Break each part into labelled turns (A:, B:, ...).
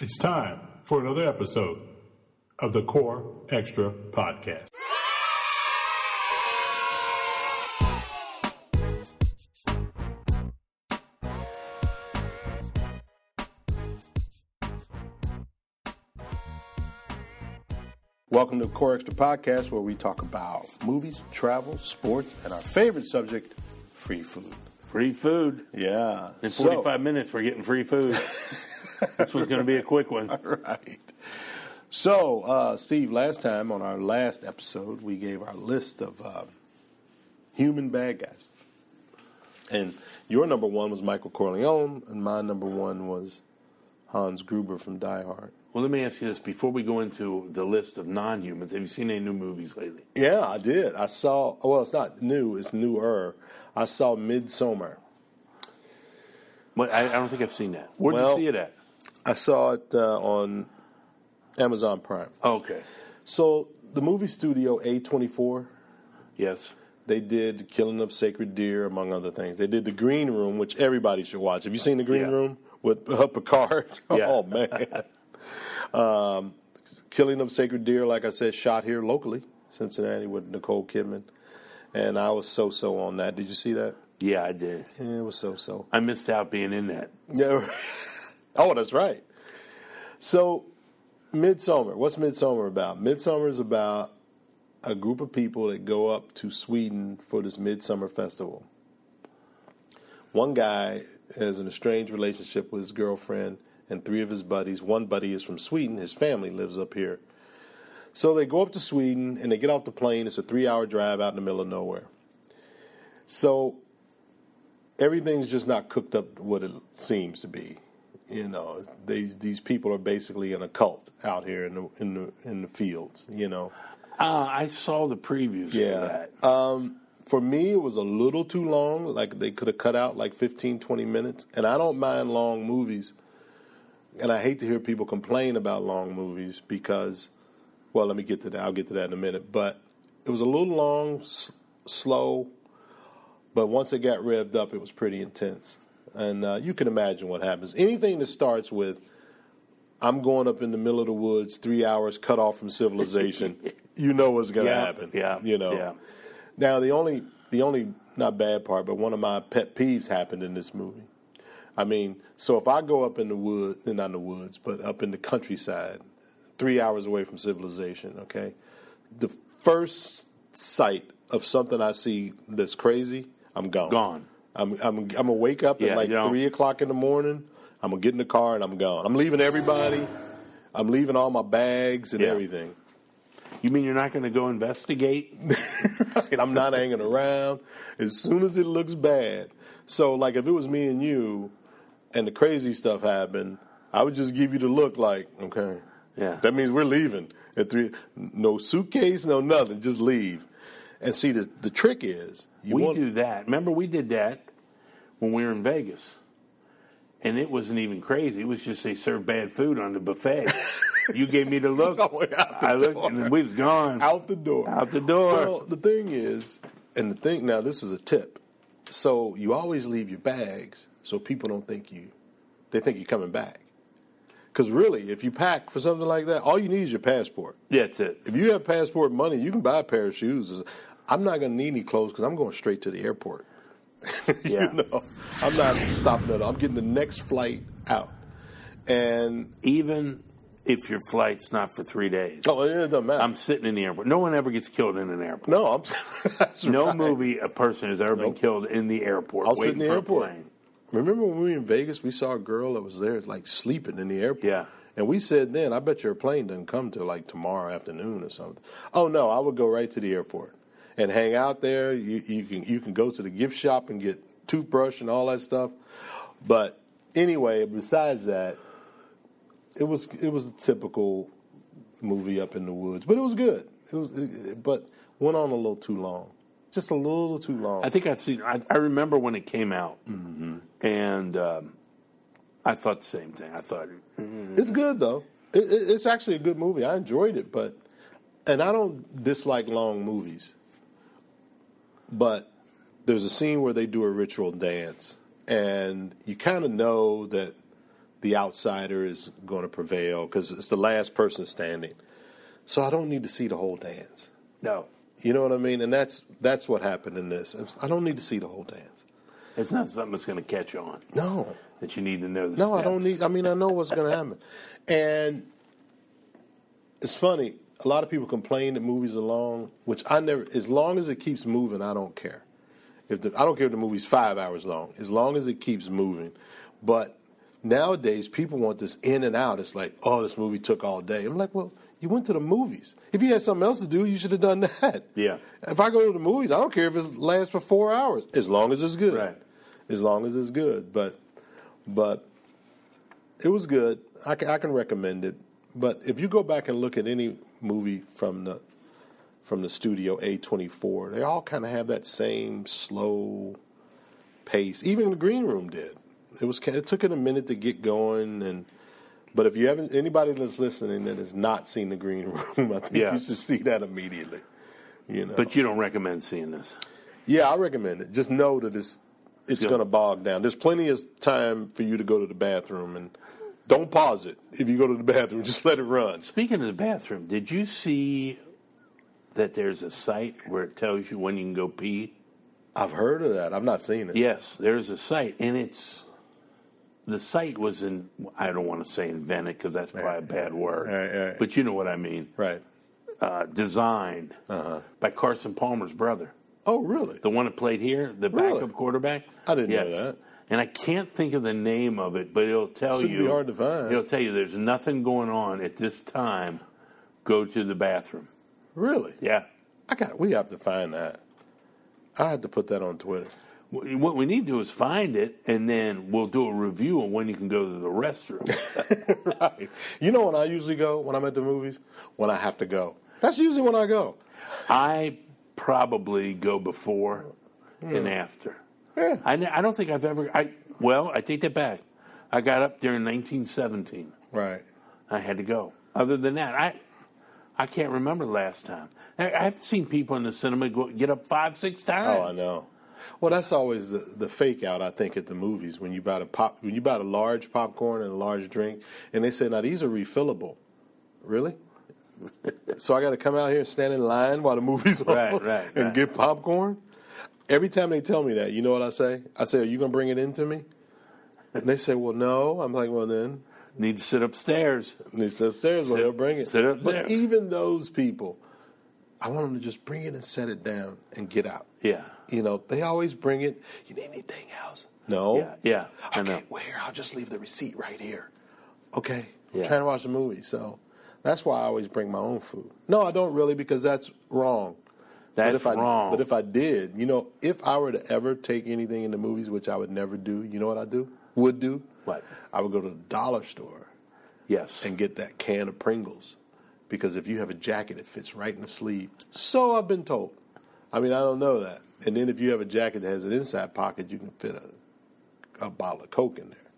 A: It's time for another episode of the Core Extra Podcast. Welcome to Core Extra Podcast, where we talk about movies, travel, sports, and our favorite subject, free food.
B: Free food.
A: Yeah.
B: In
A: So-
B: 45 minutes, we're getting free food. this was going to be a quick one.
A: right. So, uh, Steve, last time on our last episode, we gave our list of um, human bad guys. And your number one was Michael Corleone, and my number one was Hans Gruber from Die Hard.
B: Well, let me ask you this before we go into the list of non humans, have you seen any new movies lately?
A: Yeah, I did. I saw, well, it's not new, it's newer. I saw Midsummer.
B: Well, I, I don't think I've seen that. Where did
A: Well-
B: you see it at?
A: I saw it uh, on Amazon Prime.
B: Oh, Okay.
A: So, the movie studio A24
B: Yes.
A: They did Killing of Sacred Deer, among other things. They did The Green Room, which everybody should watch. Have you seen The Green
B: Yeah.
A: Room with uh, Picard?
B: Yeah.
A: oh, man. um, Killing of Sacred Deer, like I said, shot here locally, Cincinnati, with Nicole Kidman. And I was so so on that. Did you see that?
B: Yeah, I did.
A: Yeah, it was so so.
B: I missed out being in that.
A: Yeah. oh, that's right. So, Midsummer. What's Midsummer about? Midsummer is about a group of people that go up to Sweden for this Midsummer festival. One guy has an estranged relationship with his girlfriend and three of his buddies. One buddy is from Sweden, his family lives up here. So they go up to Sweden and they get off the plane. It's a three hour drive out in the middle of nowhere. So everything's just not cooked up to what it seems to be. You know, these these people are basically in a cult out here in the in the in the fields. You know,
B: Uh, I saw the previews
A: Yeah.
B: for that.
A: for me it was a little too long. Like they could have cut out like 15, 20 minutes. And I don't mind long movies. And I hate to hear people complain about long movies because, well, let me get to that. I'll get to that in a minute. But it was a little long, s- slow. But once it got revved up, it was pretty intense. And uh, you can imagine what happens. Anything that starts with, I'm going up in the middle of the woods, three hours cut off from civilization, you know what's going to
B: Yeah,
A: happen.
B: yeah,
A: You know.
B: yeah.
A: Now, the only, the only, not bad part, but one of my pet peeves happened in this movie. I mean, so if I go up in the woods, not in the woods, but up in the countryside, three hours away from civilization, okay? The first sight of something I see that's crazy, I'm gone.
B: Gone.
A: I'm, I'm, I'm going to wake up
B: Yeah,
A: at like
B: you don't-
A: 3 o'clock in the morning. I'm going to get in the car and I'm gone. I'm leaving everybody. I'm leaving all my bags and
B: Yeah.
A: everything.
B: You mean you're not going to go investigate?
A: and I'm not hanging around. As soon as it looks bad, so like if it was me and you, and the crazy stuff happened, I would just give you the look like, okay,
B: Yeah.
A: that means we're leaving at three. No suitcase, no nothing, just leave. And see, the the trick is you
B: we
A: want
B: do that. Remember, we did that when we were in Vegas, and it wasn't even crazy. It was just they served bad food on the buffet. you gave me the look.
A: All the way out the
B: I looked, and
A: door.
B: we was gone.
A: out the door.
B: Out the door.
A: Well, the thing is, and the thing now, this is a tip. So you always leave your bags so people don't think you, they think you're coming back. Because really, if you pack for something like that, all you need is your passport.
B: That's it.
A: If you have passport money, you can buy a pair of shoes. I'm not going to need any clothes because I'm going straight to the airport.
B: Yeah.
A: You know, I'm not stopping at all. I'm getting the next flight out. And
B: Even if your flight's not for three days,
A: oh, it doesn't matter.
B: I'm sitting in the airport. No one ever gets killed in an airport.
A: no, I'm. that's
B: No
A: right.
B: movie a person has ever been killed in the airport.
A: I'll sit in
B: waiting
A: the
B: for a
A: airport.
B: plane.
A: Remember when we were in Vegas, we saw a girl that was there like sleeping in the airport.
B: Yeah.
A: And we said then, I bet your plane doesn't come till like tomorrow afternoon or something. Oh no, I would go right to the airport and hang out there. You, you can you can go to the gift shop and get toothbrush and all that stuff. But anyway, besides that, it was it was a typical movie up in the woods, but it was good. It was, it, but went on a little too long, just a little too long.
B: I think I've seen. I, I remember when it came out,
A: Mm-hmm.
B: and um, I thought the same thing. I thought,
A: It's good though. It, it, it's actually a good movie. I enjoyed it, but and I don't dislike long movies. But there's a scene where they do a ritual dance, and you kind of know that the outsider is going to prevail because it's the last person standing. So I don't need to see the whole dance.
B: No,
A: You know what I mean? And that's that's what happened in this. It's- I don't need to see the whole dance.
B: it's not something that's going to catch on.
A: No,
B: That you need to know. The
A: no, I don't
B: steps.
A: need. I mean, I know what's going to happen. And it's funny. A lot of people complain that movies are long, which I never. As long as it keeps moving, I don't care. If the, I don't care if the movie's five hours long, as long as it keeps moving. But nowadays, people want this in and out. It's like, oh, this movie took all day. I'm like, well, you went to the movies. If you had something else to do, you should have done that.
B: Yeah.
A: If I go to the movies, I don't care if it lasts for four hours, as long as it's good.
B: Right.
A: As long as it's good, but but it was good. I can, I can recommend it. But if you go back and look at any movie from the from the studio A24, they all kind of have that same slow pace. Even the Green Room did. It was kind- it took it a minute to get going and but if you haven't anybody that's listening that has not seen the Green Room, I think
B: Yeah.
A: you should see that immediately. You know.
B: But you don't recommend seeing this.
A: Yeah, I recommend it. Just know that it's it's
B: Yeah.
A: going to bog down. There's plenty of time for you to go to the bathroom and don't pause it. If you go to the bathroom, just let it run.
B: Speaking of the bathroom, did you see that there's a site where it tells you when you can go pee?
A: I've heard of that. I've not seen it.
B: Yes, there's a site, and it's the site was in. I don't want to say invented because that's probably a bad word,
A: Right, right.
B: but you know what I mean.
A: Right. Uh-huh.
B: Uh, designed by Carson Palmer's brother,
A: Oh, really?
B: the one that played here, the
A: Really?
B: backup quarterback.
A: I didn't know that.
B: And I can't think of the name of it, but it'll tell
A: Shouldn't
B: you.
A: be hard to find.
B: It'll tell you there's nothing going on at this time. Go to the bathroom.
A: Really?
B: Yeah.
A: I got. We have to find that. I had to put that on Twitter.
B: Wh- What we need to do is find it, and then we'll do a review on when you can go to the restroom.
A: right. You know when I usually go when I'm at the movies when I have to go. That's usually when I go.
B: I probably go before and after.
A: Hmm. Yeah.
B: I, ne- I don't think I've ever. I well, I take that back. I got up there in 1917.
A: Right.
B: I had to go. Other than that, I I can't remember the last time. I, I've seen people in the cinema go, get up five, six times.
A: Oh, I know. Well, that's always the, the fake out. I think at the movies when you buy a pop, when you buy a large popcorn and a large drink, and they say, "Now these are refillable." Really? so I got to come out here and stand in line while the movie's on
B: Right, right,
A: and
B: right.
A: get popcorn. Every time they tell me that, you know what I say? I say, "Are you going to bring it in to me?" And they say, "Well, no." I'm like, "Well, then."
B: Need to sit upstairs.
A: And it's upstairs where
B: Sit-
A: they'll bring it.
B: sit up
A: but
B: there.
A: even those people, I want them to just bring it and set it down and get out.
B: Yeah,
A: You know, they always bring it. You need anything else? No.
B: yeah, yeah.
A: I,
B: I know.
A: can't wear. I'll just leave the receipt right here. Okay.
B: Yeah.
A: I'm trying to watch a movie, so that's why I always bring my own food. No, I don't really because that's wrong.
B: That's
A: but if I,
B: wrong.
A: But if I did, you know, if I were to ever take anything in the movies, which I would never do, you know what I do? Would do?
B: What?
A: I would go to the dollar store
B: yes.
A: and get that can of Pringles because if you have a jacket, it fits right in the sleeve. So I've been told. I mean, I don't know that. And then if you have a jacket that has an inside pocket, you can fit a, a bottle of Coke in there.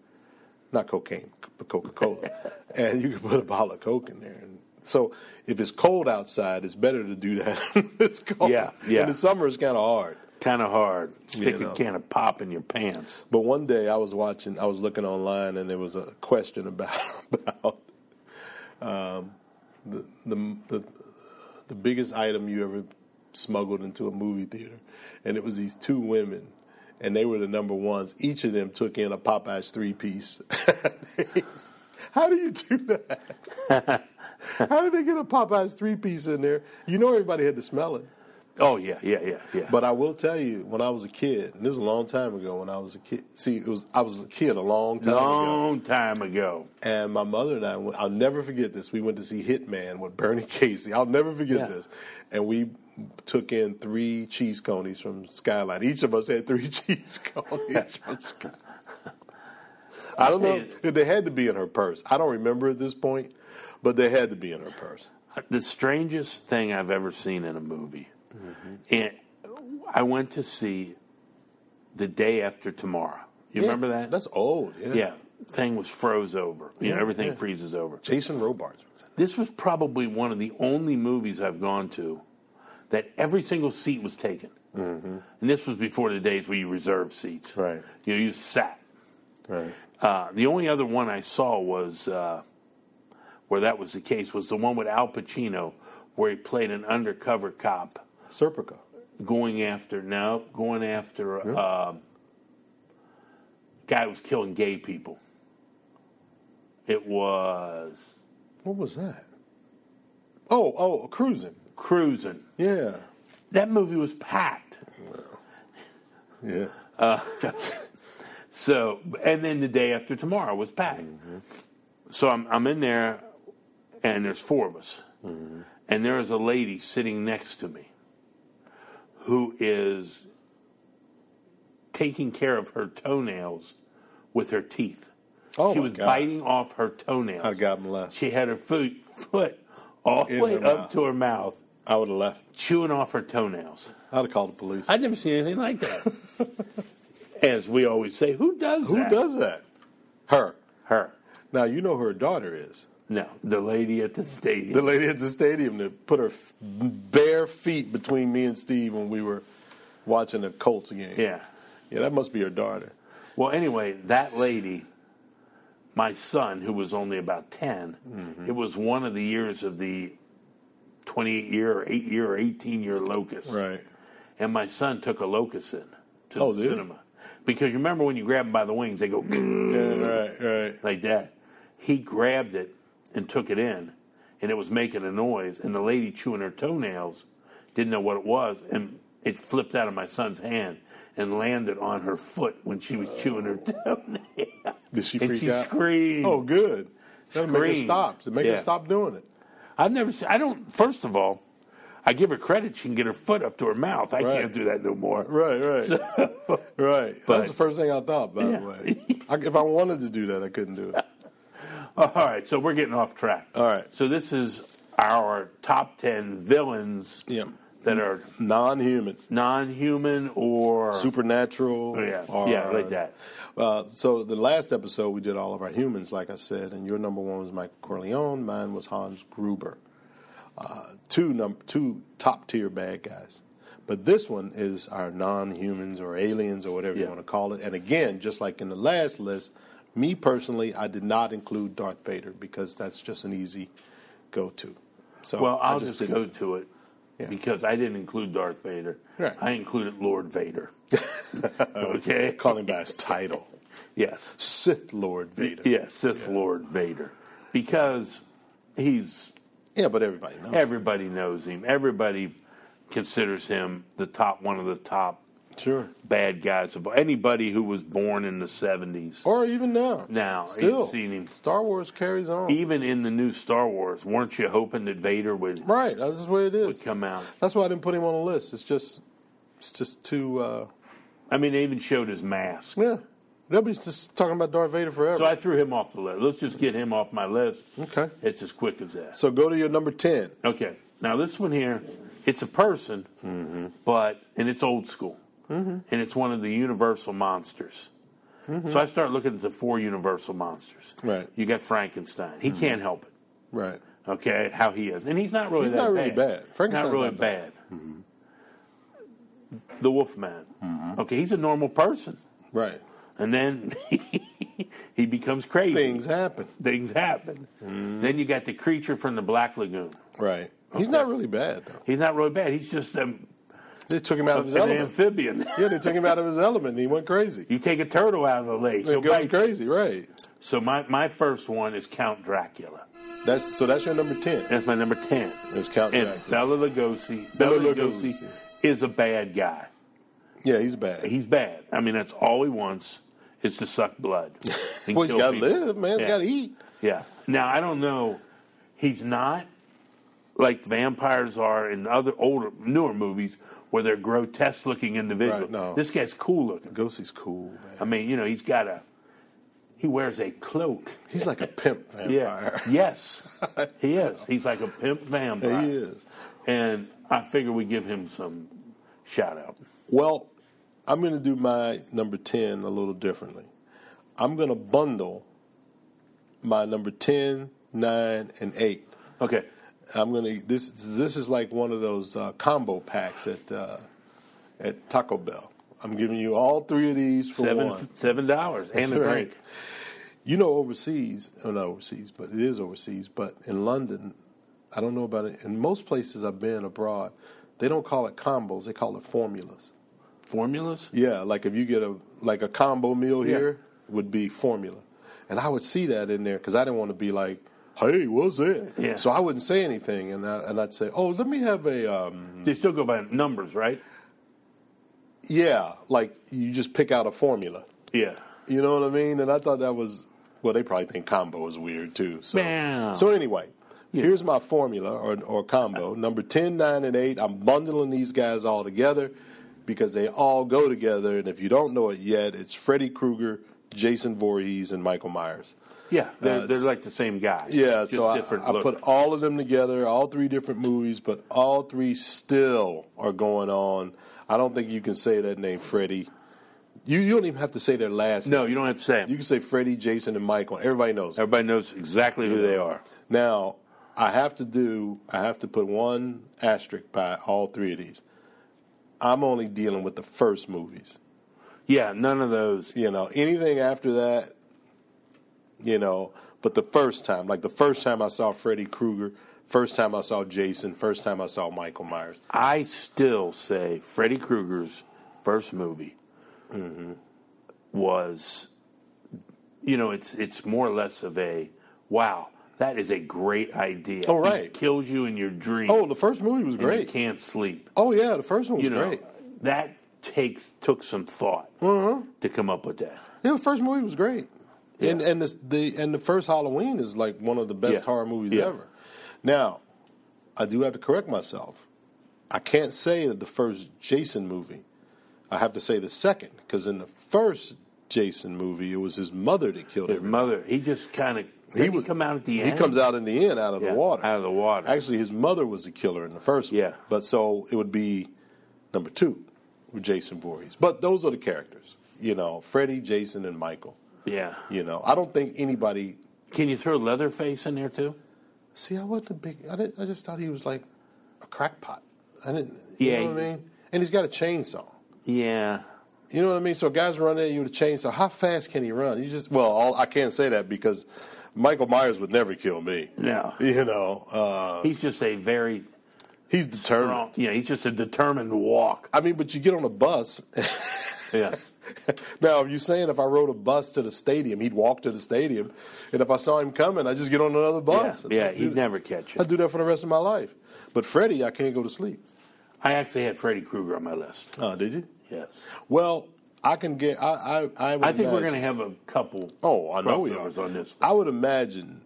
A: Not cocaine, but Coca Cola. and you can put a bottle of Coke in there. And so if it's cold outside, it's better to do that. when it's cold.
B: Yeah, yeah.
A: In the summer, it's kind of hard.
B: kind of hard. Stick
A: You know.
B: a can of pop in your pants.
A: But one day I was watching, I was looking online, and there was a question about about um, the, the the the biggest item you ever smuggled into a movie theater, and it was these two women, and they were the number ones. Each of them took in a Popeyes three piece. How do you do that? How did they get a Popeyes three piece in there? You know everybody had to smell it.
B: Oh yeah, yeah, yeah, yeah.
A: But I will tell you, when I was a kid, and this is a long time ago. When I was a kid, see, it was I was a kid a long time ago,
B: long time ago.
A: and my mother and I, went- I'll never forget this. We went to see Hitman with Bernie Casey. I'll never forget
B: Yeah.
A: this, and we took in three cheese conies from Skyline. Each of us had three cheese conies from Skyline. I don't know. They had to be in her purse. I don't remember at this point, but they had to be in her purse.
B: The strangest thing I've ever seen in a movie,
A: Mm-hmm.
B: and I went to see the day after tomorrow. You remember
A: Yeah,
B: that?
A: That's old. Yeah.
B: yeah. Thing was froze over. You know,
A: Yeah,
B: everything
A: yeah.
B: freezes over.
A: Jason Robards. was in it.
B: This was probably one of the only movies I've gone to that every single seat was taken. And this was before the days where you reserved seats.
A: Mm-hmm. Right.
B: You know, you sat.
A: Right.
B: Uh, the only other one I saw was uh, where that was the case was the one with Al Pacino, where he played an undercover cop
A: Serpico.
B: going after no going after a um, guy who was killing gay people. It was
A: What was that? Oh, oh, cruising.
B: cruising.
A: Yeah,
B: That movie was packed.
A: yeah.
B: So, and then the day after tomorrow was packed. So I'm, I'm in there, and there's four of us. And there is a lady sitting next to me who is taking care of her toenails with her teeth.
A: Oh
B: she
A: my
B: was
A: God.
B: biting off her toenails.
A: I'd gotten left.
B: She had her foot, foot all the
A: In
B: way
A: her
B: up
A: mouth.
B: to her mouth,
A: I would have left.
B: chewing off her toenails.
A: I'd have called the police.
B: I'd never seen anything like that. As we always say, who does
A: Who
B: that?
A: does that? Her.
B: Her.
A: Now you know who her daughter is.
B: No, the lady at the stadium.
A: The lady at the stadium that put her f- bare feet between me and Steve when we were watching the Colts game.
B: yeah.
A: yeah, that must be her daughter.
B: Well, anyway, that lady, my son, who was only about 10,
A: Mm-hmm.
B: it was one of the years of the 28 year or 8 year or 18 year locust.
A: Right.
B: And my son took a locust in to
A: Oh,
B: the
A: did he?
B: cinema. Because you remember when you grab them by the wings, they go
A: Yeah, right, right.
B: like that. He grabbed it and took it in, and it was making a noise. And the lady chewing her toenails didn't know what it was, and it flipped out of my son's hand and landed on her foot when she was chewing her toenail.
A: Did she
B: and
A: freak
B: she
A: out?
B: screamed.
A: Oh, good. That'll make her
B: Screamed.
A: stop. To make
B: Yeah.
A: her stop doing it.
B: I've never. Seen, I don't. First of all, I give her credit. She can get her foot up to her mouth. I
A: Right.
B: can't do that no more.
A: Right, right, right.
B: But-
A: That's the first thing I thought. By
B: Yeah.
A: the way, I, if I wanted to do that, I couldn't do it.
B: All right, so we're getting off track.
A: All right.
B: So this is our top ten villains
A: Yeah,
B: that are
A: non-human,
B: non-human or Oh,
A: supernatural.
B: Yeah,
A: or-
B: yeah, like that.
A: Uh, so the last episode we did all of our humans, like I said, and your number one was Michael Corleone. Mine was Hans Gruber. Uh, two num- two top tier bad guys. But this one is our non-humans or aliens or whatever you
B: Yeah.
A: want to call it. And again, just like in the last list, me personally, I did not include Darth Vader because that's just an easy go-to. So
B: Well,
A: I
B: I'll just,
A: didn't-
B: go to it
A: Yeah.
B: because I didn't include Darth Vader.
A: Right.
B: I included Lord Vader. okay.
A: call him by his title,
B: Yes.
A: Sith Lord Vader.
B: Yes, Sith Lord Vader, because he's
A: Yeah, but everybody knows.
B: everybody knows him. Everybody considers him the top one of the top
A: sure.
B: bad guys of anybody who was born in the seventies.
A: Or even now.
B: Now,
A: Still,
B: you've seen him.
A: Star Wars carries on.
B: Even in the new Star Wars, weren't you hoping that Vader would
A: right, that's just the way it is.
B: come out?
A: That's why I didn't put him on the list. It's just, it's just too. Uh,
B: I mean, they even showed his mask.
A: yeah, they'll be just talking about Darth Vader forever.
B: So I threw him off the list. Let's just get him off my list.
A: okay,
B: It's as quick as that.
A: so go to your number ten.
B: Okay. Now this one here, it's a person, but and it's old school, and it's one of the universal monsters. So I start looking at the four universal monsters.
A: Right.
B: You got Frankenstein. He can't help it.
A: Right.
B: Okay, how he is, and he's not really
A: He's
B: that
A: not really bad. Frankenstein's
B: Not really
A: not
B: bad. The Wolfman.
A: Mm-hmm.
B: Okay, he's a normal person,
A: Right.
B: and then he becomes crazy.
A: Things happen.
B: Things happen.
A: Mm-hmm.
B: Then you got the creature from the Black Lagoon.
A: Right. He's not really bad though.
B: He's not really bad. He's just um,
A: They took him out of his
B: an
A: element.
B: amphibian.
A: Yeah, they took him out of his element. He went crazy.
B: you take a turtle out of the lake,
A: He
B: he'll
A: goes
B: bite. you.
A: crazy. Right.
B: So my, my first one is Count Dracula.
A: That's so. That's your number ten.
B: That's my number ten.
A: There's Count
B: and
A: Dracula.
B: Bela Lugosi. Bela
A: Bela
B: Lugosi
A: Lugosi.
B: is a bad guy.
A: Yeah, he's bad.
B: He's bad. I mean, that's all he wants is to suck blood. and
A: well, he's
B: kill
A: got to
B: people.
A: live, man. He's
B: Yeah.
A: got to eat.
B: Yeah. Now I don't know. He's not like vampires are in other older, newer movies where they're grotesque-looking individuals.
A: Right, no.
B: This guy's cool-looking.
A: Ghostie's cool, man.
B: I mean, you know, he's got a. He wears a cloak.
A: He's like a pimp vampire.
B: Yes. He is. He's like a pimp vampire.
A: he is.
B: And I figure we give him some shout out.
A: Well, I'm going to do my number 10 a little differently. I'm going to bundle my number 10, 9, and 8.
B: Okay.
A: I'm going to this this is like one of those uh, combo packs at uh, at Taco Bell. I'm giving you all three of these for one.
B: Seven seven dollars and a
A: Right.
B: drink.
A: You know, overseas, or not overseas, but it is overseas, but in London, I don't know about it. In most places I've been abroad, they don't call it combos, they call it formulas.
B: Formulas?
A: Yeah, like if you get a like a combo meal
B: Yeah.
A: here would be formula, and I would see that in there because I didn't want to be like, "Hey, what's that?"
B: Yeah.
A: So I wouldn't say anything, and I, and I'd say, "Oh, let me have a um,
B: They still go by numbers, right?
A: yeah." Like you just pick out a formula,
B: Yeah.
A: you know what I mean? And I thought that was well, they probably think combo is weird too. So
B: Man.
A: so anyway. Here's my formula or, or combo number 10, 9, and 8. I'm bundling these guys all together because they all go together. And if you don't know it yet, it's Freddy Krueger, Jason Voorhees, and Michael Myers.
B: Yeah, they're,
A: Uh,
B: they're like the same guy.
A: Yeah,
B: just
A: so I,
B: different
A: I
B: look.
A: put all of them together, all three different movies, but all three still are going on. I don't think you can say that name, Freddy. You, you don't even have to say their last name.
B: no, you don't have to say 'em.
A: You can say Freddie, Jason, and Michael. Everybody knows.
B: Everybody knows exactly who they are.
A: Now, I have to do. I have to put one asterisk by all three of these. I'm only dealing with the first movies.
B: Yeah, none of those.
A: You know, anything after that, you know. But the first time, like the first time I saw Freddy Krueger, first time I saw Jason, first time I saw Michael Myers.
B: I still say Freddy Krueger's first movie
A: Mm-hmm.
B: was, you know, it's it's more or less of a wow. That is a great idea.
A: Oh,
B: He
A: right.
B: kills you in your dream.
A: Oh, the first movie was
B: and you
A: great.
B: can't sleep.
A: Oh yeah, the first one was
B: You know,
A: great. Mm-hmm.
B: that takes took some thought to come up with that.
A: Yeah, the first movie was great, and and this, the and the first Halloween is like one of the best
B: Yeah.
A: horror movies
B: Yeah.
A: ever. Now, I do have to correct myself. I can't say that the first Jason movie. I have to say the second because in the first Jason movie, it was his mother that killed
B: His
A: him.
B: mother, he just kind of he,
A: was-
B: come out at the
A: He
B: end.
A: comes out in the end out of
B: Yeah,
A: the water.
B: out of the water.
A: Actually, his mother was the killer in the first one.
B: Yeah.
A: But so it would be number two with Jason Voorhees. But those are the characters, you know, Freddy, Jason, and Michael.
B: Yeah.
A: You know, I don't think anybody.
B: Can you throw Leatherface in there too?
A: See, I wasn't a big. I, didn't, I just thought he was like a crackpot. I didn't.
B: Yeah,
A: You know what
B: he-
A: I mean? And he's got a chainsaw.
B: Yeah.
A: You know what I mean? So guys run at you with a chainsaw. How fast can he run? You just well, all, I can't say that because Michael Myers would never kill me.
B: No.
A: You know, uh,
B: He's just a very
A: he's determined.
B: strong. Yeah, he's just a determined walk.
A: I mean, but you get on a bus.
B: Yeah.
A: now, are you saying if I rode a bus to the stadium, he'd walk to the stadium, and if I saw him coming, I just get on another
B: Yeah,
A: bus?
B: yeah he'd never catch
A: I
B: you.
A: do that for the rest of my life. But Freddie, I can't go to sleep.
B: I actually had Freddy Krueger on my list.
A: Oh, did you?
B: Yes.
A: Well, I can get. I I I, would
B: I think we're
A: imagine-
B: going to have a couple.
A: Oh, I know we are.
B: crossovers on this.
A: I would imagine.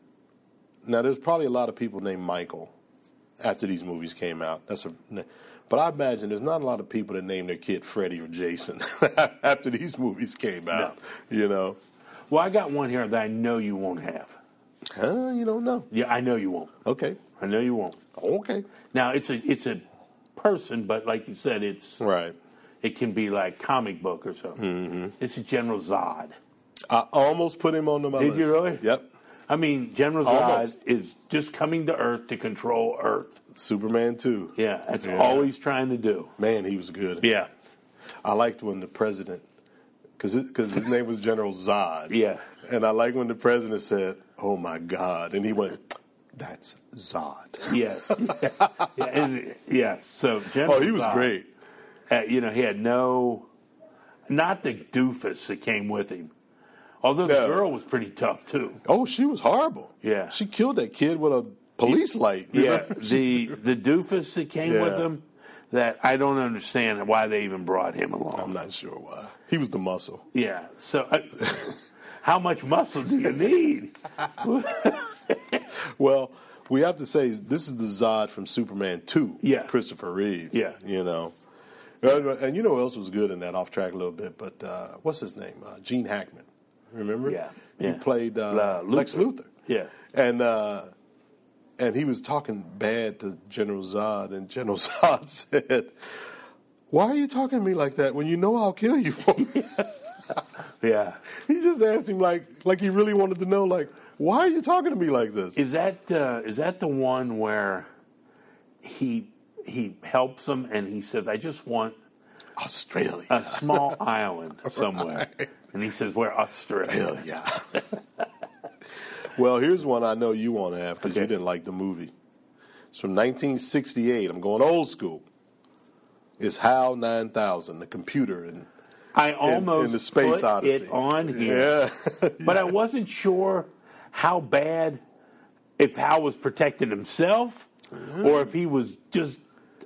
A: Now, there's probably a lot of people named Michael after these movies came out. That's a, but I imagine there's not a lot of people that named their kid Freddie or Jason after these movies came out. You know,
B: Well, I got one here that I know you won't have.
A: huh? You don't know.
B: Yeah, I know you won't.
A: Okay,
B: I know you won't.
A: okay,
B: Now it's a it's a person, but like you said, it's
A: right.
B: it can be like comic book or something.
A: Mm-hmm.
B: It's a General Zod.
A: I almost put him on my
B: Did
A: list.
B: you really?
A: Yep.
B: I mean, General Zod
A: Almost.
B: is just coming to Earth to control Earth.
A: Superman too.
B: Yeah, that's
A: Yeah.
B: all he's trying to do.
A: Man, he was good.
B: Yeah,
A: I liked when the president, because his name was General Zod.
B: yeah,
A: And I like when the president said, "Oh my God," and he went, "That's Zod."
B: yes, yeah, and, yes. So General
A: Oh, he was
B: Zod,
A: great.
B: uh, you know, he had no, not the doofus that came with him. Although
A: No.
B: the girl was pretty tough too.
A: Oh, she was horrible.
B: Yeah.
A: she killed that kid with a police light. you
B: Yeah,
A: know?
B: the the doofus that came
A: Yeah.
B: with him. That I don't understand why they even brought him along.
A: I'm not sure why. He was the muscle.
B: Yeah. So, I, how much muscle do you need?
A: Well, we have to say this is the Zod from Superman Two.
B: Yeah.
A: Christopher Reeve.
B: Yeah.
A: you know. And you know who else was good in that? Off track a little bit, but uh, what's his name? Uh, Gene Hackman. Remember?
B: Yeah,
A: He
B: yeah.
A: played
B: La-
A: uh,
B: Luthor.
A: Lex Luthor.
B: Yeah.
A: and uh, and he was talking bad to General Zod, and General Zod said, "Why are you talking to me like that when you know I'll kill you?"
B: Yeah.
A: he just asked him like like he really wanted to know like why are you talking to me like this?
B: Is that uh, is that the one where he he helps him and he says, "I just want
A: Australia.
B: a small island somewhere. And he says, We're Australia.
A: Hell yeah. well, here's one I know you want to have because you
B: Okay.
A: didn't like the movie. It's from 1968. I'm going old school. It's HAL 9000, the computer. And
B: I almost
A: in the Space
B: put
A: Odyssey.
B: it on here.
A: yeah,
B: But I wasn't sure how bad, if Hal was protecting himself
A: Uh-huh.
B: or if he was just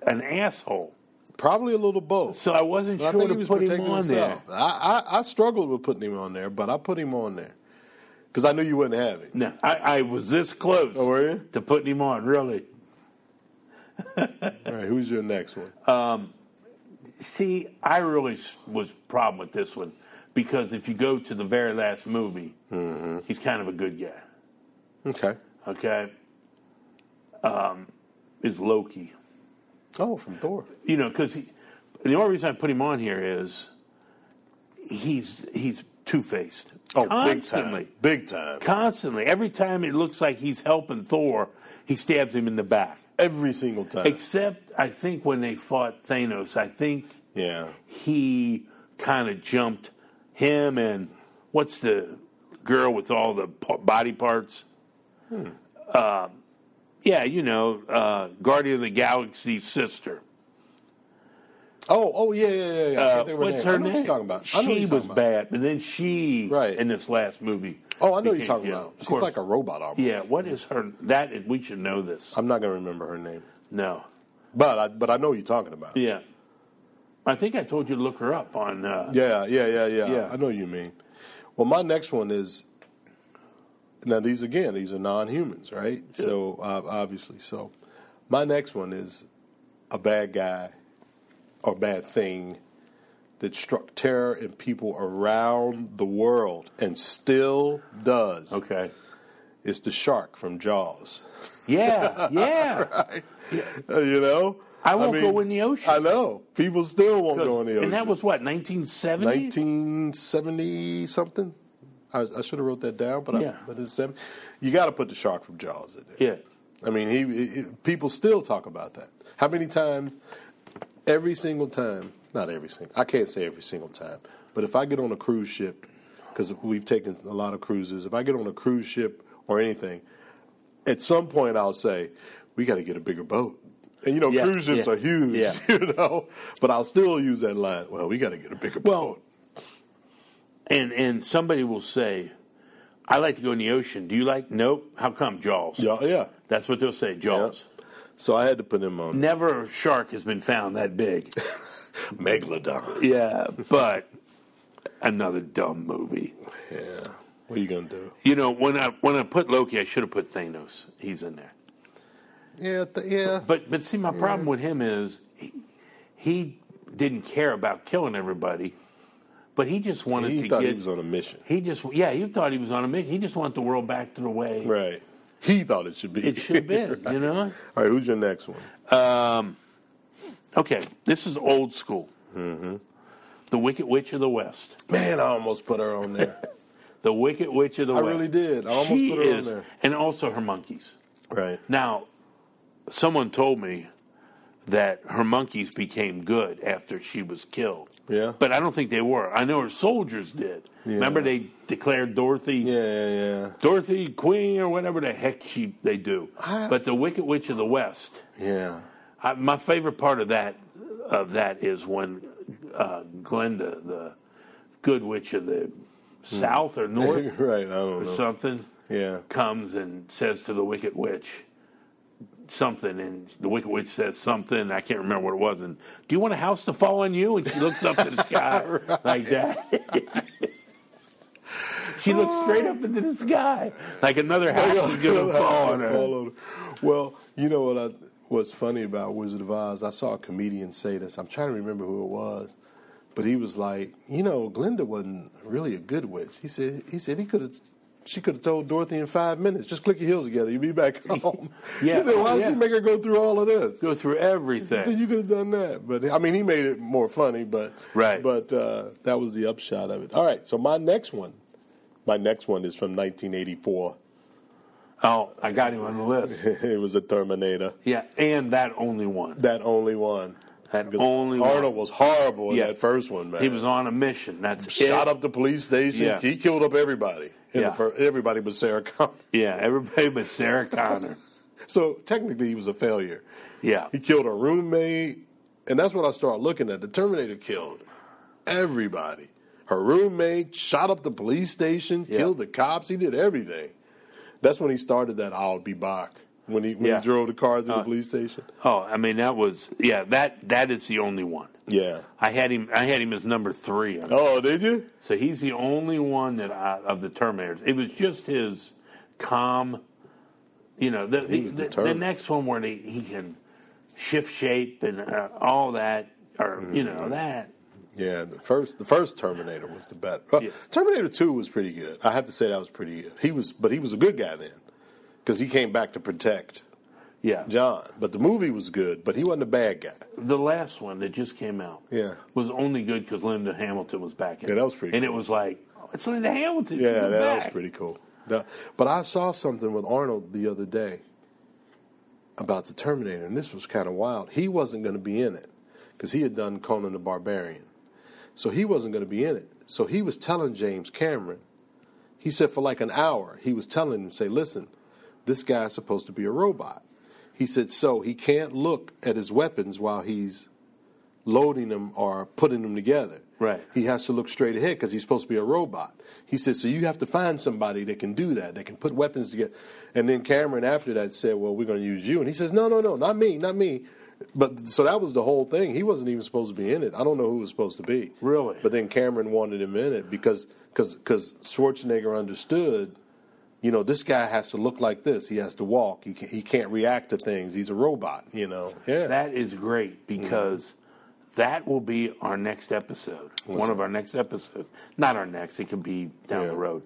B: an asshole.
A: probably a little both.
B: So I wasn't
A: But I
B: sure
A: think he
B: to
A: was
B: put him
A: protecting
B: on
A: himself. I, I, I struggled with putting him on there, but I put him on there because I knew you wouldn't have it.
B: there. No, I, I was this close
A: Oh, were you?
B: to putting him on, really.
A: All right, who's your next one?
B: Uh, See, I really s- was problem with this one because if you go to the very last movie, he's kind of a good guy.
A: Okay.
B: Okay, um, is Loki?
A: Oh, from Thor.
B: You know, because the only reason I put him on here is he's he's two faced.
A: Oh,
B: constantly,
A: big time. Big time.
B: constantly. Every time it looks like he's helping Thor, he stabs him in the back.
A: Every single time.
B: Except, I think when they fought Thanos, I think
A: yeah.
B: he kind of jumped him and what's the girl with all the p- body parts?
A: Hmm.
B: Uh, yeah, you know, uh, Guardian of the Galaxy's sister.
A: Oh, oh yeah, yeah, yeah. yeah. I
B: Uh,
A: think they were
B: what's
A: there.
B: her
A: I know what
B: name?
A: you're talking about. I know what
B: She
A: you're talking
B: was
A: about.
B: bad, but then she
A: Right.
B: in this last movie.
A: Oh, I know what you're
B: became
A: talking
B: good.
A: about.
B: Of
A: She's
B: course.
A: like a robot almost.
B: yeah. What is her? That is, we should know this.
A: I'm not gonna remember her name,
B: No.
A: but I but I know what you're talking about.
B: Yeah. I think I told you to look her up on. Uh,
A: Yeah, yeah, yeah, yeah.
B: Yeah.
A: I know what you mean. Well, my next one is now these again. These are non-humans, right? So uh, obviously, so my next one is a bad guy or bad thing that struck terror in people around the world and still does.
B: Okay.
A: It's the shark from Jaws.
B: Yeah. Yeah.
A: Uh, you know,
B: I won't
A: mean,
B: go in the ocean.
A: I know people still won't go in the ocean.
B: And that was what, 1970?
A: 1970 something. I, I should have wrote that down, but
B: Yeah.
A: I, but it's seven. You got to put the shark from Jaws in there.
B: Yeah.
A: I mean, he, he- people still talk about that. How many times? Every single time, not every single. I can't say every single time, but if I get on a cruise ship, because we've taken a lot of cruises, if I get on a cruise ship or anything, at some point I'll say, "We got to get a bigger boat." And you know,
B: Yeah,
A: cruise ships
B: yeah,
A: are huge,
B: yeah.
A: you know. But I'll still use that line. Well, we got to get a bigger boat.
B: And and somebody will say, I like to go in the ocean. Do you like? Nope. How come? Jaws.
A: Yeah, yeah.
B: That's what they'll say, Jaws.
A: So I had to put him on
B: Never a shark has been found that big.
A: Megalodon.
B: yeah, but another dumb movie.
A: Yeah. What are you gonna do?
B: You know, when I when I put Loki, I should have put Thanos. He's in there.
A: Yeah, th- yeah.
B: But but see, my problem with him is he, he didn't care about killing everybody, but he just wanted
A: He
B: to
A: thought
B: get
A: he was on a mission.
B: He just, yeah, he thought he was on a mission. He just wanted the world back to the way
A: Right. He thought it should be.
B: it should have been, you know?
A: All right, Um, who's your next one?
B: Okay, this is old school.
A: Mm-hmm.
B: The Wicked Witch of the West.
A: Man, I almost put her on there.
B: The Wicked Witch of the
A: I
B: West.
A: really did. I almost
B: She
A: put her on
B: is-
A: there.
B: And also her monkeys.
A: right.
B: Now, someone told me that her monkeys became good after she was killed.
A: Yeah.
B: But I don't think they were. I know her soldiers did. Remember they declared Dorothy
A: Yeah, yeah, yeah.
B: Dorothy Queen or whatever the heck she they do.
A: I-
B: but the Wicked Witch of the West.
A: Yeah.
B: I, my favorite part of that of that is when uh, Glenda, the good witch of the South or North
A: right, I don't
B: or
A: know.
B: something,
A: Yeah.
B: comes and says to the Wicked Witch something, and the Wicked Witch says something. I can't remember what it was. And do you want a house to fall on you? And she looks up to the sky like that. she looks straight up into the sky like another house is going to fall on her.
A: Fall on her. Well, you know what I, what's funny about Wizard of Oz? I saw a comedian say this. I'm trying to remember who it was, but he was like, you know, Glinda wasn't really a good witch. He said he said he could have. She could have told Dorothy in five minutes, just click your heels together, you'll be back home.
B: Yeah.
A: He said, why did
B: Yeah.
A: she make her go through all of this?
B: Go through
A: He said,
B: everything.
A: you could have done that. But, I mean, he made it more funny, but
B: Right.
A: but uh, that was the upshot of it. All right, so my next one, my next one is from 1984.
B: Oh, I got him on the list.
A: it was a Terminator.
B: Yeah, and that only one.
A: That only one.
B: That
A: Because
B: only one.
A: Arnold was horrible in
B: Yeah.
A: that first one, man.
B: He was on a mission. That's
A: shot
B: it.
A: up the police station.
B: Yeah.
A: He killed up everybody. In
B: Yeah.
A: the fir- everybody but Sarah Connor.
B: Yeah, everybody but Sarah Connor.
A: So technically, he was a failure.
B: Yeah,
A: He killed her roommate, and that's what I start looking at. The Terminator killed everybody. Her roommate shot up the police station,
B: Yeah.
A: killed the cops. He did everything. That's when he started that "I'll be back" when he when
B: Yeah. Uh.
A: he drove the car through the police station.
B: Oh, I mean that was yeah that that is the only one.
A: Yeah.
B: I had him. I had him as number three. on-
A: Oh, did you?
B: So he's the only one that I, of the Terminators. It was just his calm. You know the the,
A: was
B: the, the
A: determined.
B: next one where he, he can shift shape and uh, all that, or you know
A: Mm-hmm.
B: that.
A: Yeah, the first the first Terminator was the best. Well,
B: Yeah.
A: Terminator Two was pretty good. I have to say that was pretty good. He was, but he was a good guy then, because he came back to protect
B: Yeah,
A: John. But the movie was good, but he wasn't a bad guy.
B: the last one that just came out.
A: Yeah.
B: was only good because Linda Hamilton was back. in
A: Yeah,
B: it.
A: that was pretty
B: And
A: cool.
B: it was like oh, it's Linda Hamilton. She's
A: Yeah, that, was
B: back.
A: pretty cool. Now- but I saw something with Arnold the other day about the Terminator, and this was kind of wild. He wasn't going to be in it because he had done Conan the Barbarian, so he wasn't going to be in it. So he was telling James Cameron. He said for like an hour, he was telling him, "Say, listen, this guy's supposed to be a robot." He said so he can't look at his weapons while he's loading them or putting them together.
B: Right.
A: He has to look straight ahead because he's supposed to be a robot. He said, so you have to find somebody that can do that, that can put weapons together. And then Cameron after that said, well, we're going to use you. And he says, no, no, no, not me, not me. But so that was the whole thing. He wasn't even supposed to be in it. I don't know who was supposed to be.
B: Really?
A: But then Cameron wanted him in it because cause, cause Schwarzenegger understood, you know, this guy has to look like this. He has to walk. He, can, he can't react to things. He's a robot, you know. Yeah.
B: That is great because that will be our next episode. one of our next episodes. Not our next, it could be down the
A: Yeah.
B: road.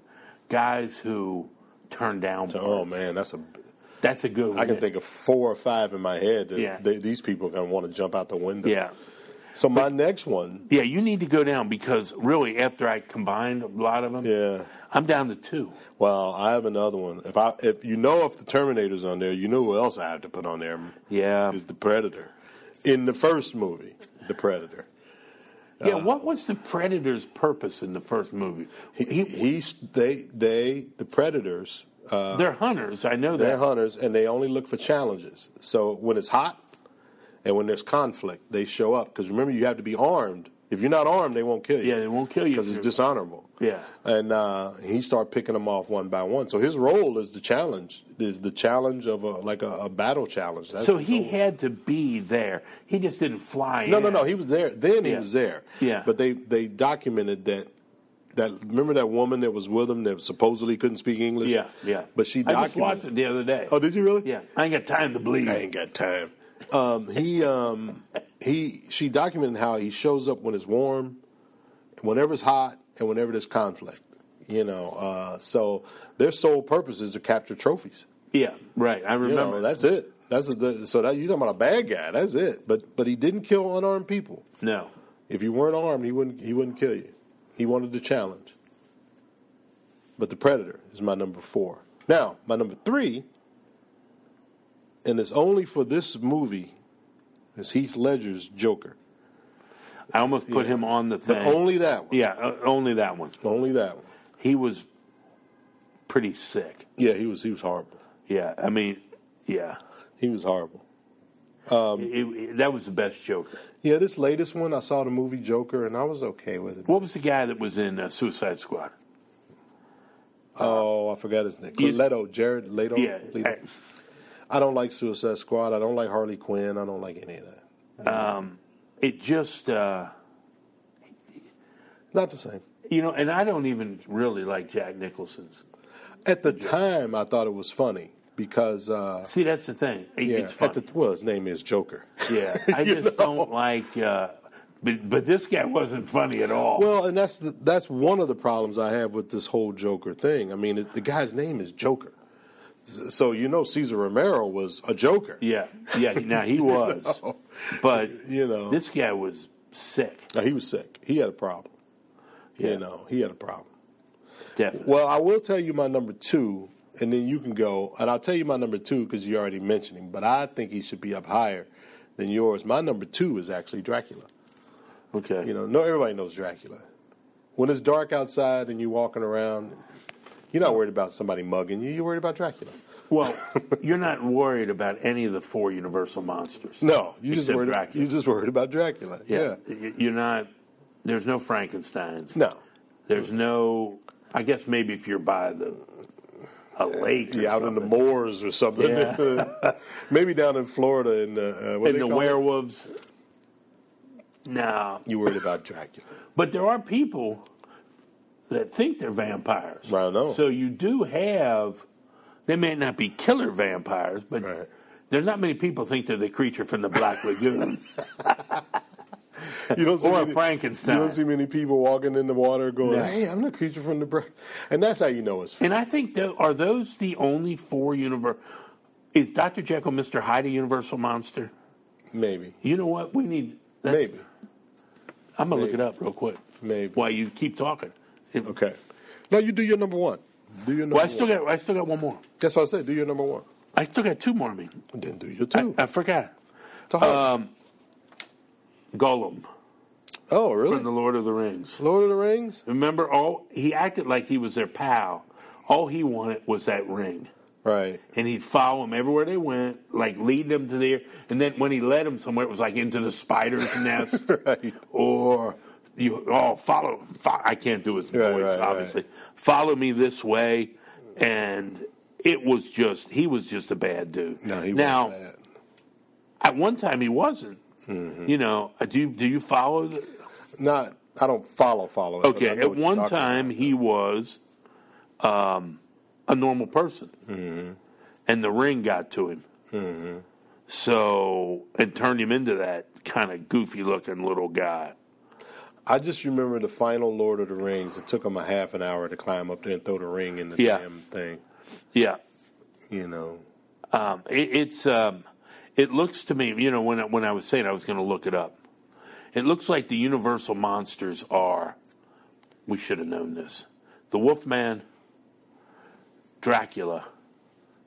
B: Guys who turn down
A: oh,
B: parts.
A: man, that's a.
B: That's a good one.
A: I can think of four or five in my head that
B: Yeah.
A: they, these people are going to want to jump out the window.
B: Yeah.
A: So my next one,
B: Yeah, you need to go down because really after I combined a lot of them,
A: yeah.
B: I'm down to two.
A: Well, I have another one. If I, if you know if the Terminator's on there, you know who else I have to put on there
B: Yeah.
A: is the Predator. In the first movie, the Predator.
B: yeah, what was the Predator's purpose in the first movie?
A: Uh, He, he's they they the Predators.
B: they're hunters, I know
A: They're
B: that.
A: hunters and they only look for challenges. So when it's hot and when there's conflict, they show up because remember you have to be armed. If you're not armed, they won't kill you.
B: Yeah, they won't kill you.
A: because
B: if
A: it's
B: you're-
A: dishonorable.
B: Yeah.
A: and uh, he start picking them off one by one. So his role is the challenge, is the challenge of a like a, a battle challenge. That's
B: So
A: his
B: he
A: role.
B: had to be there. He just didn't fly
A: no,
B: in.
A: no, no. He was there. Then he
B: Yeah.
A: was there.
B: Yeah.
A: But they they documented that. That remember that woman that was with him that supposedly couldn't speak English.
B: Yeah, yeah.
A: But she
B: I just
A: documented.
B: watched it the other day.
A: Oh, did you really?
B: Yeah, I ain't got time to bleed.
A: I ain't got time. Um, he um, he she documented how he shows up when it's warm, whenever it's hot, and whenever there's conflict. You know, uh, so their sole purpose is to capture trophies.
B: Yeah, right. I
A: You
B: remember.
A: know, that's it. That's the, so that you talking about a bad guy. That's it. But but he didn't kill unarmed people.
B: no.
A: If you weren't armed, he wouldn't he wouldn't kill you. He wanted the challenge. But the predator is my number four. Now, my number three, and it's only for this movie, is Heath Ledger's Joker.
B: I almost put him on the
A: But
B: thing.
A: only that one.
B: yeah, uh, only that one.
A: Only that one.
B: He was pretty sick.
A: Yeah, he was he was horrible.
B: Yeah, I mean, yeah.
A: He was horrible. Um,
B: It- it- that was the best Joker.
A: Yeah, this latest one I saw the movie Joker and I was okay with it.
B: What was the guy that was in uh, Suicide Squad?
A: Oh, I forgot his name.
B: You-
A: Leto, Jared Leto.
B: Yeah,
A: Leto. I don't like Suicide Squad. I don't like Harley Quinn. I don't like any of that.
B: it just uh,
A: Not the same.
B: you know, and I don't even really like Jack Nicholson's.
A: At the time, I thought it was funny because uh,
B: See, that's the thing. It-
A: yeah,
B: it's funny.
A: at the well, his name is Joker.
B: Yeah, I
A: You
B: just don't like. Uh, but but this guy wasn't funny at all.
A: Well, and that's the, that's one of the problems I have with this whole Joker thing. I mean, it, the guy's name is Joker, S- so you know Caesar Romero was a Joker.
B: yeah, yeah. Now he was, but
A: You know,
B: this guy was sick.
A: Now, he was sick. He had a problem.
B: Yeah.
A: You know, he had a problem.
B: Definitely.
A: Well, I will tell you my number two, and then you can go. And I'll tell you my number two because you already mentioned him. But I think he should be up higher than yours. My number two is actually Dracula.
B: Okay.
A: You know, no, everybody knows Dracula. When it's dark outside and you're walking around, you're not worried about somebody mugging you. You're worried about Dracula.
B: Well, you're not worried about any of the four Universal monsters.
A: No, you just
B: Except
A: worried.
B: Dracula.
A: You just worried about Dracula. Yeah.
B: Y- You're not. There's no Frankenstein's.
A: No.
B: There's no. I guess maybe if you're by the a lake, or
A: Yeah, out in the
B: something.
A: moors or something. Maybe down in Florida in the uh, what do
B: and
A: they
B: the
A: call it?
B: werewolves. No,
A: You worried about Dracula?
B: but there are people that think they're vampires.
A: I know.
B: So you do have. They may not be killer vampires, but
A: Right.
B: there's not many people think they're the creature from the Black Lagoon
A: You don't see
B: or a
A: many-
B: Frankenstein.
A: You don't see many people walking in the water going,
B: No.
A: "Hey, I'm the creature from the break," and that's how you know it's.
B: And I think tho- are those the only four universe? Is Doctor Jekyll, Mister Hyde a universal monster?
A: Maybe,
B: You know what? We need. That's,
A: maybe,
B: I'm gonna look it up real quick.
A: maybe.
B: While you keep talking. If-
A: Okay. No, you do your number one. Do your number
B: Well, I
A: one.
B: still got. I still got one more.
A: That's what I said. Do your number one.
B: I still got two more. I mean,
A: Then do your
B: I, um,
A: two.
B: I forgot.
A: To Hobbit.
B: Gollum
A: oh,
B: from
A: really?
B: the Lord of the Rings.
A: Lord of the Rings.
B: Remember, all he acted like he was their pal. All he wanted was that ring.
A: Right.
B: and he'd follow them everywhere they went, like lead them to there. And then when he led them somewhere, it was like into the spider's nest,
A: Right.
B: or you oh follow. Fo- I can't do his
A: Right,
B: voice,
A: right,
B: obviously. Follow me this way, and it was just he was just a bad dude.
A: No, he
B: now
A: was bad. Mm-hmm.
B: at one time he wasn't. You know, uh, do you, do you follow? The,
A: Not. I don't follow. Follow. it, but
B: okay,
A: I know
B: at
A: what you're
B: one
A: talking
B: time
A: about.
B: he was um, a normal person,
A: Mm-hmm.
B: and the ring got to him. So and turned him into that kind of goofy looking little guy.
A: I just remember the final Lord of the Rings. It took him a half an hour to climb up there and throw the ring in the
B: Yeah.
A: damn thing.
B: Yeah,
A: You know.
B: um, it, it's um, it looks to me, you know, when I, when I was saying I was going to look it up, it looks like the universal monsters are. We should have known this: the Wolfman, Dracula,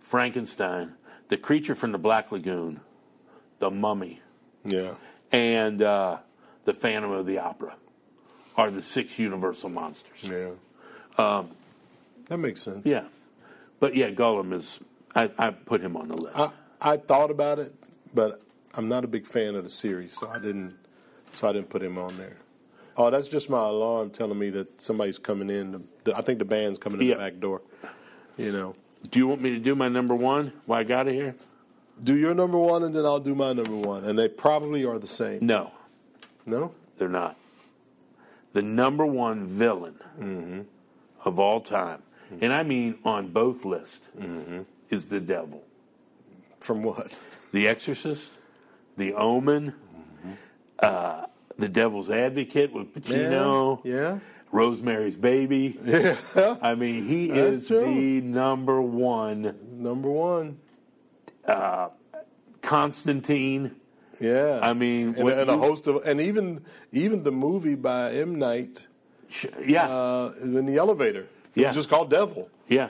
B: Frankenstein, the creature from the Black Lagoon, the Mummy,
A: Yeah.
B: and uh, the Phantom of the Opera are the six universal monsters.
A: Yeah. Um, that makes sense.
B: Yeah, but yeah, Gollum is. I, I put him on the list.
A: I, I thought about it, but I'm not a big fan of the series, so I didn't so I didn't put him on there. Oh, that's just my alarm telling me that somebody's coming in. The, I think the band's coming in
B: Yeah.
A: the back door. You know,
B: Do you want me to do my number one? Why I got it here?
A: do your number one, and then I'll do my number one, and they probably are the same.
B: No,
A: No,
B: they're not. The number one villain of all time, and I mean on both lists, is the devil.
A: from what?
B: The Exorcist, The Omen, uh, The Devil's Advocate with Pacino,
A: yeah,
B: Rosemary's Baby. I mean, he
A: That's
B: is
A: true.
B: the number one.
A: number one.
B: Constantine.
A: Yeah,
B: I mean,
A: and,
B: what
A: and a
B: you-
A: host of, and even even the movie by M Night
B: sh- yeah,
A: uh, in the elevator. It
B: Yeah.
A: was just called Devil.
B: yeah.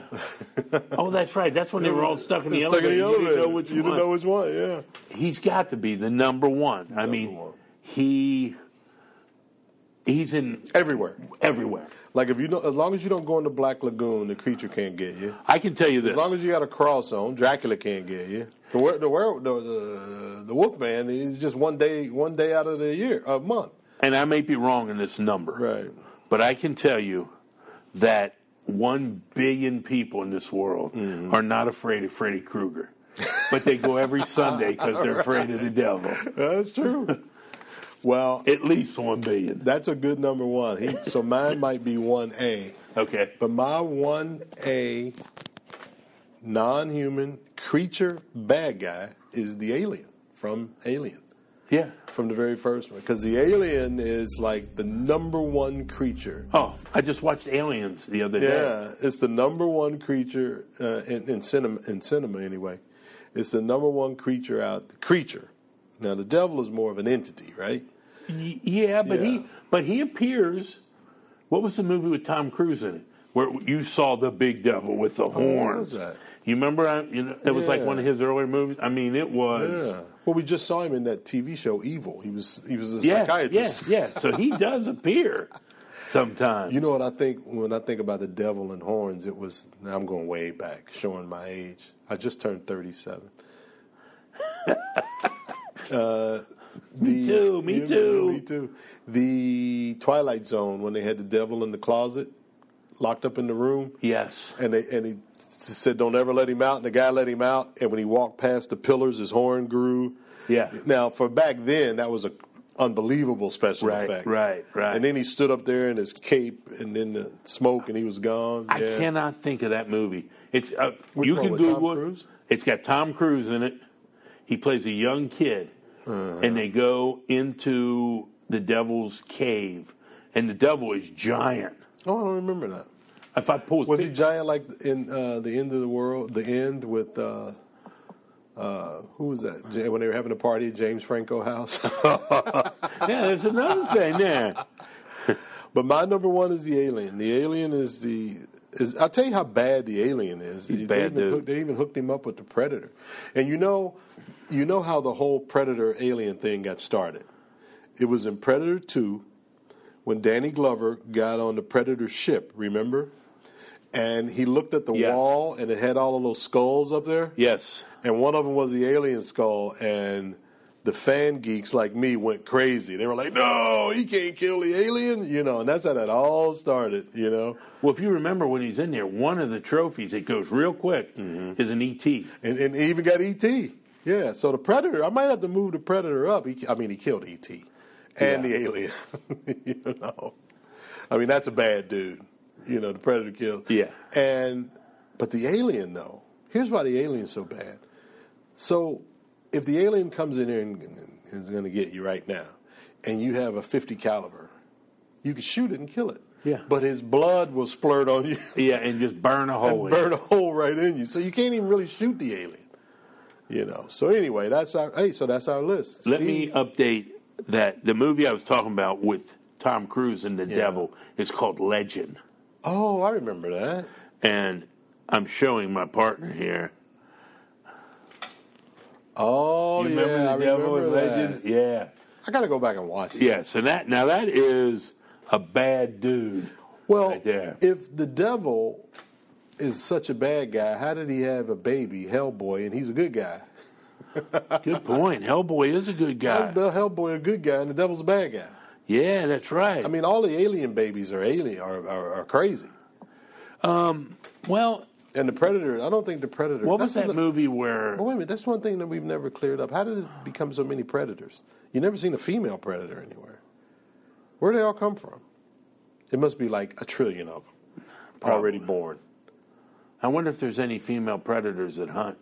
B: oh, that's right. That's when they were all stuck in the
A: Stuck in
B: elevator. You didn't know which
A: You didn't
B: one.
A: know which one. Yeah.
B: he's got to be the number one. I mean,
A: one.
B: he he's in
A: Everywhere.
B: everywhere.
A: Like if you don't, as long as you don't go in the Black Lagoon, the creature can't get you.
B: I can tell you this.
A: As long as you got a cross on, Dracula can't get you. The were, the, were, the the the Wolfman is just one day one day out of the year a month.
B: and I may be wrong in this number,
A: Right.
B: but I can tell you that one billion people in this world
A: Mm-hmm.
B: are not afraid of Freddy Krueger, but they go every Sunday because they're afraid of the devil.
A: That's true. well,
B: At least one billion.
A: that's a good number one. He, so mine might be one A,
B: Okay.
A: but my one A non-human creature bad guy is the alien from Alien.
B: Yeah.
A: from the very first one because the alien is like the number one creature.
B: Oh, I just watched Aliens the other
A: Yeah,
B: day.
A: it's the number one creature uh, in, in cinema. In cinema, anyway, it's the number one creature out. Creature. Now the devil is more of an entity, right?
B: Y- yeah, but
A: Yeah.
B: he but he appears. What was the movie with Tom Cruise in it? where you saw the big devil with the horns.
A: Oh, was that?
B: You remember? I, you know, it was like
A: Yeah.
B: one of his earlier movies. I mean, it was.
A: Yeah. Well, we just saw him in that TV show Evil. He was he was a
B: Yeah, yeah,
A: psychiatrist.
B: yeah. So he does appear sometimes.
A: You know what I think when I think about the devil and horns? It was now I'm going way back, showing my age. I just turned 37. uh, the,
B: too, me too.
A: me too. The Twilight Zone when they had the devil in the closet, locked up in the room,
B: yes.
A: and they and he s- said, "Don't ever let him out." And the guy let him out, and when he walked past the pillars, his horn grew.
B: Yeah.
A: Now, for back then, that was a unbelievable special
B: Right,
A: effect.
B: right, right.
A: And then he stood up there in his cape, and then the smoke, and he was gone.
B: I
A: yeah.
B: cannot think of that movie. It's uh,
A: Which
B: you
A: one,
B: can
A: with Tom
B: Google it.
A: Cruise?
B: It's got Tom Cruise in it. He plays a young kid,
A: Uh-huh.
B: and they go into the devil's cave, and the devil is giant.
A: Oh, I don't remember that.
B: If I pull, his
A: Was
B: pic-
A: he giant like in uh, the end of the world? The end with. Uh, uh, who was that? Ja- When they were having a party at James Franco house.
B: yeah, there's another thing there.
A: but my number one is the alien. The alien is the. Is, I'll tell you how bad the alien is. He's they,
B: bad,
A: even
B: dude.
A: Hooked, they even hooked him up with the predator, and you know, you know how the whole predator alien thing got started. It was in Predator Two, when Danny Glover got on the Predator ship. Remember, and he looked at the
B: Yes.
A: wall, and it had all of those skulls up there.
B: Yes,
A: And one of them was the alien skull, and the fan geeks like me went crazy. They were like, "No, he can't kill the alien," you know. And that's how that all started, you know.
B: Well, if you remember when he's in there, one of the trophies it goes real quick
A: Mm-hmm.
B: is an E ET.
A: And, and he even got ET. Yeah. So the predator, I might have to move the predator up. He, I mean, he killed ET and the alien. you know, I mean, that's a bad dude. You know, the predator kills.
B: Yeah.
A: And but the alien though, here's why the alien's so bad. So if the alien comes in here and, and is going to get you right now, and you have a 50 caliber, you can shoot it and kill it.
B: Yeah.
A: But his blood will splurt on you
B: Yeah, and just burn a
A: and
B: hole. in it.
A: burn a hole right in you. So you can't even really shoot the alien. You know. So anyway, that's our hey, so that's our list.
B: Let me
A: Steve,
B: update that the movie I was talking about with Tom Cruise and the devil is called Legend,
A: Oh, I remember that.
B: and I'm showing my partner here.
A: Oh
B: You
A: yeah,
B: remember
A: I
B: the devil
A: remember
B: and
A: that.
B: Legend? Yeah,
A: I gotta go back and watch it.
B: yeah. So that now that is a bad dude.
A: Well
B: Right there.
A: if the devil is such a bad guy, how did he have a baby, Hellboy, and he's a good guy?
B: Good point. Hellboy is a good
A: How's
B: guy.
A: the Hellboy a good guy and the devil's a bad guy?
B: Yeah, that's right.
A: I mean, all the alien babies are alien are, are, are crazy.
B: well,
A: And the predator, I don't think the predator.
B: what was
A: that's
B: that
A: ano-
B: movie where?
A: But wait a minute, that's one thing that we've never cleared up. How did it become so many predators? You never seen a female predator anywhere. Where do they all come from? It must be like a trillion of them already born.
B: I wonder if there's any female predators that hunt,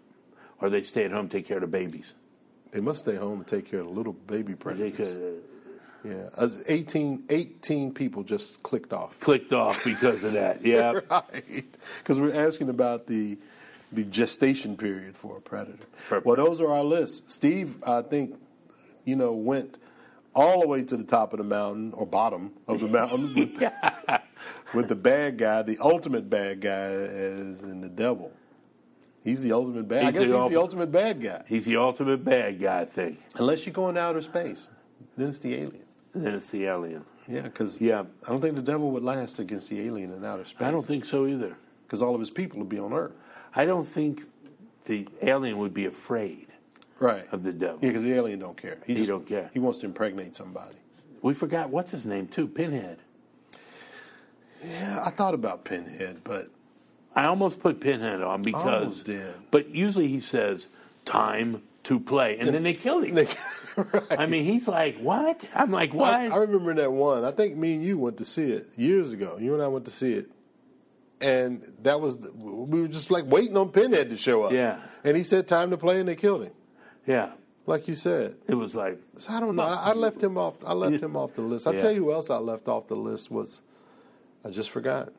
B: or they stay at home take care of the babies.
A: They must stay home and take care of the little baby
B: They
A: predators.
B: could,
A: Yeah, Us- 18, 18 people just clicked off.
B: clicked off because of that. Yeah,
A: Right, because we're asking about the the gestation period for a predator.
B: For a
A: well, those are our lists. Steve, I think, you know, went all the way to the top of the mountain or bottom of the mountain with, with the bad guy, the ultimate bad guy, as in the devil. He's the ultimate bad. I
B: He's
A: guess he's
B: the
A: the
B: ulti-
A: ultimate bad guy,
B: he's the ultimate bad guy. I think.
A: unless you go into outer space. Then it's the alien.
B: And then it's the alien.
A: Yeah, because
B: Yeah.
A: I don't think the devil would last against the alien in outer space.
B: I don't think so either.
A: because all of his people would be on Earth.
B: I don't think the alien would be afraid
A: Right.
B: of the devil.
A: Yeah, because the alien don't care.
B: He don't care.
A: He wants to impregnate somebody.
B: We forgot what's his name too, Pinhead.
A: Yeah, I thought about Pinhead, but
B: I almost put Pinhead
A: Oh,
B: on because,
A: Almost did.
B: but usually he says time to play, and then they kill him.
A: Nick, right.
B: I mean, he's like, "What?" I'm like, "What?"
A: I, I remember that one. I think me and you went to see it years ago. You and I went to see it, and that was the, we were just like waiting on Pinhead to show up.
B: Yeah.
A: and he said time to play, and they killed him,
B: yeah,
A: like you said.
B: it was like
A: So I don't know. I, I left him off. I left him off the list. I
B: Yeah.
A: tell you who else I left off the list was, I just forgot.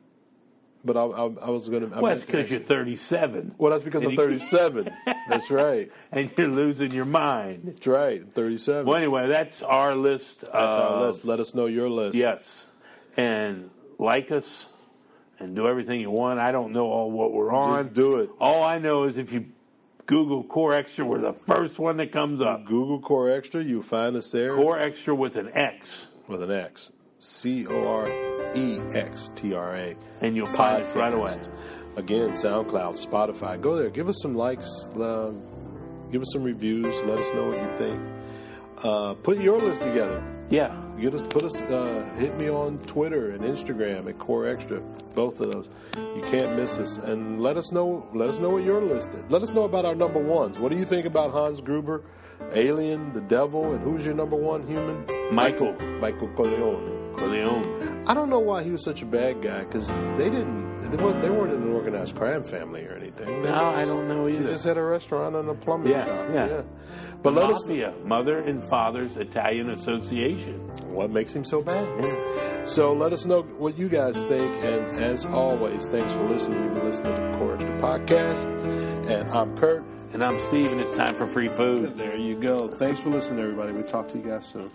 A: But I, I, I was going to.
B: Well, that's because you're 37
A: Well, that's because I'm 37. that's right.
B: and you're losing your mind.
A: That's right. 37.
B: Well, anyway, that's our list.
A: That's
B: of-
A: our list. Let us know your list.
B: Yes. And like us and do everything you want. I don't know all what we're on.
A: Just do it.
B: All I know is if you Google Core Extra, we're the first one that comes up.
A: Google Core Extra, you'll find us there
B: Core Extra with an X,
A: with an X. C O R E X T R A.
B: and you'll find us right away.
A: Podcast. Again, SoundCloud, Spotify. Go there. Give us some likes. Uh, give us some reviews. Let us know what you think. Uh, put your list together.
B: Yeah,
A: Get us, put us, uh, hit me on Twitter and Instagram at Core Extra, both of those. You can't miss us. And let us know, let us know what your list is. Let us know about our number ones. What do you think about Hans Gruber, Alien, The Devil, and who's your number one human?
B: Michael
A: Michael Corleone.
B: Corleone.
A: I don't know why he was such a bad guy because they didn't. They weren't, they weren't in an organized crime family or anything. They
B: No,
A: just-
B: I don't know
A: They
B: either.
A: just had a restaurant and a plumbing
B: Yeah,
A: shop.
B: yeah.
A: But let us.
B: Mafia, Mother and Father's Italian Association.
A: What makes him so bad? So let us know what you guys think. And as always, thanks for listening. You've been listening to the Core Extra podcast, and I'm Kurt.
B: And I'm Steve, and it's time for free food.
A: There you go. Thanks for listening, everybody. We'll talk to you guys soon.